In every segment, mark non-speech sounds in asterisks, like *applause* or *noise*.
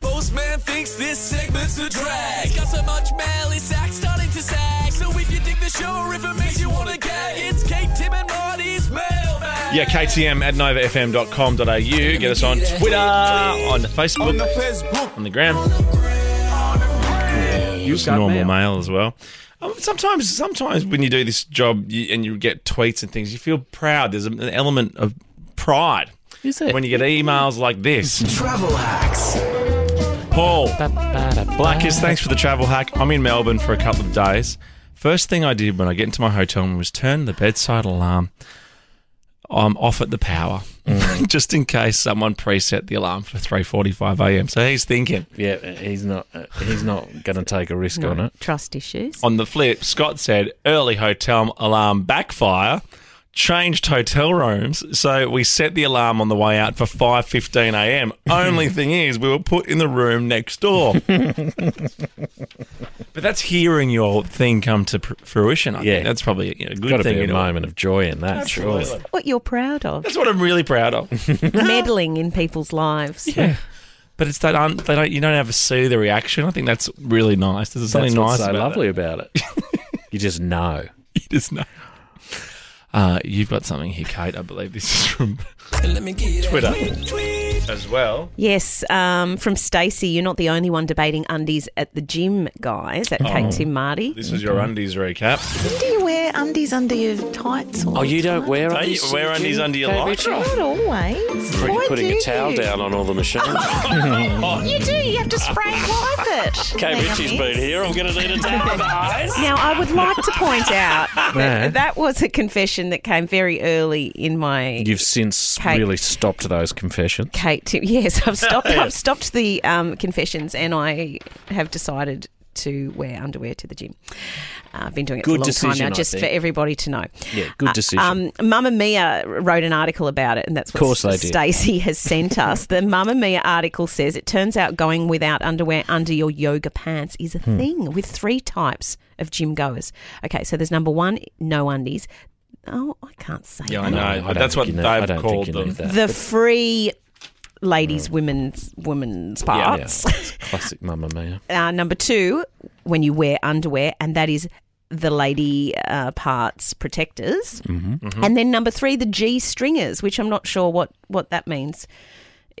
This man thinks this segment's a drag. It's got so much mail, his sack's starting to sag. So if you dig the show or if it makes you want to gag, it's Kate, Tim, and Marty's mailbag. Yeah, KTM at novafm.com.au. Get us on Twitter, on Facebook, on the Facebook, on the gram. Just got normal mail. mail as well. Um, sometimes, sometimes when you do this job you, and you get tweets and things, you feel proud. There's an element of pride Is it? when you get emails like this. Travel hacks. Paul, Black Blackers, thanks for the travel hack. I'm in Melbourne for a couple of days. First thing I did when I get into my hotel room was turn the bedside alarm um, off at the power, *laughs* just in case someone preset the alarm for 3:45 a.m. So he's thinking. Yeah, he's not. Uh, he's not going to take a risk on it. Trust issues. On the flip, Scott said early hotel alarm backfire, changed hotel rooms, so we set the alarm on the way out for 5:15 a.m. *laughs* Only thing is, we were put in the room next door. but that's hearing your thing come to pr- fruition. I Yeah. think that's probably you know, a good Got to thing. be a in all. moment of joy in that. Surely. Absolutely. What you're *laughs* proud of. That's what I'm really proud of. meddling in people's lives. *laughs* yeah. But it's that um, they don't, you don't ever see the reaction. I think that's really nice. There's something That's nice what's so about that. lovely about it. *laughs* you just know. *laughs* It is not. Uh, you've got something here, Kate. I believe this is from Let me get it. Twitter Tweet. as well. Yes, um, from Stacey, you're not the only one debating undies at the gym, guys, Oh. at Kate Tim Marty. This is your undies recap. Do you wear undies under your tights? All Oh, you don't wear Don't you undies. wear undies under your lycra? Not always. Why Putting do a towel you? down on all the machines. You do. You have to spray and wipe *laughs* it. okay, Richie's been here. I'm going to need a towel, guys. Now, I would like to point out *laughs* that that was a confession that came very early in my *laughs* You've since Kate. really stopped those confessions. Kate *laughs* Tim. Yes, *laughs* I've stopped. I've stopped the um, confessions, and I have decided to wear underwear to the gym. Uh, I've been doing it for a Good long decision, time I now, just for think. everybody to know. Yeah, good Uh, decision. um, Mamma Mia wrote an article about it, and that's what course they did. Stacey has *laughs* sent us. The Mamma Mia article says it turns out going without underwear under your yoga pants is a Hmm. thing with three types of gym goers. Okay, so there's number one, no undies. Oh, I can't say Yeah, that I know. I but don't that's think what you they've need- I don't think called you need them. that. the free ladies, women's, women's Mm. yeah. parts. *laughs* Classic Mamma Mia. Uh, number two, when you wear underwear, and that is the lady uh, parts protectors. Mm-hmm. And then number three, the G stringers, which I'm not sure what, what that means.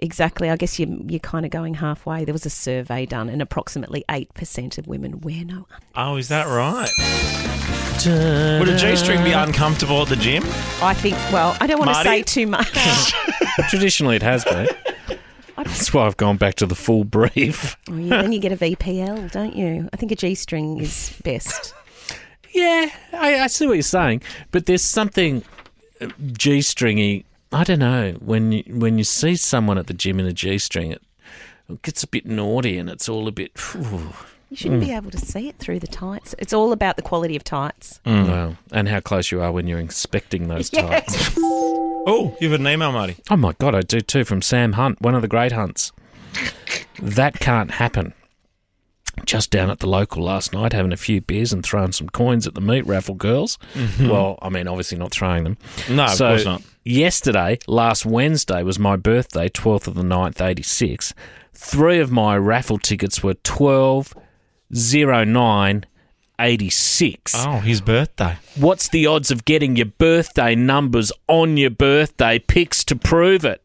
Exactly. I guess you, you're kind of going halfway. There was a survey done, and approximately 8% of women wear no underwear. Oh, is that right? Would a G-string be uncomfortable at the gym? I think, well, I don't want to Marty? say *laughs* too much. Traditionally, it has been. That's why I've gone back to the full brief. Oh, yeah, then you get a VPL, don't you? I think a G string is best. Yeah, I, I see what you're saying, but there's something g stringy. I don't know when you, when you see someone at the gym in a g string, it, it gets a bit naughty and it's all a bit. phew. You shouldn't be able to see it through the tights. It's all about the quality of tights. Well, and how close you are when you're inspecting *laughs* those tights. Oh, you've had an email, Marty. Oh my god, I do too from Sam Hunt, one of the great hunts. that can't happen. Just down at the local last night, having a few beers and throwing some coins at the meat raffle girls. Well, I mean, obviously not throwing them. No, of course not. Yesterday, last Wednesday, was my birthday, 12th of the 9th, 86. Three of my raffle tickets were 12, 09, 86. Oh, his birthday. What's the odds of getting your birthday numbers on your birthday pics to prove it?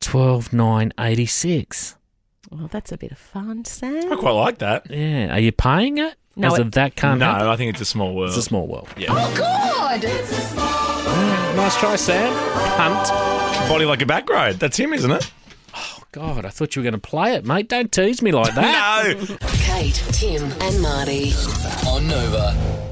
12, 9, 86. Well, that's a bit of fun, Sam. I quite like that. Yeah. Are you paying it? No, As it- of that can't no, happen. I think it's a small world. Uh-huh. It's a small world. Oh God! Nice try, Sam. Hunt. body like a back road. That's him, isn't it? God, I thought you were going to play it, mate. Don't tease me like that. No. Kate, Tim, and Marty. On Nova.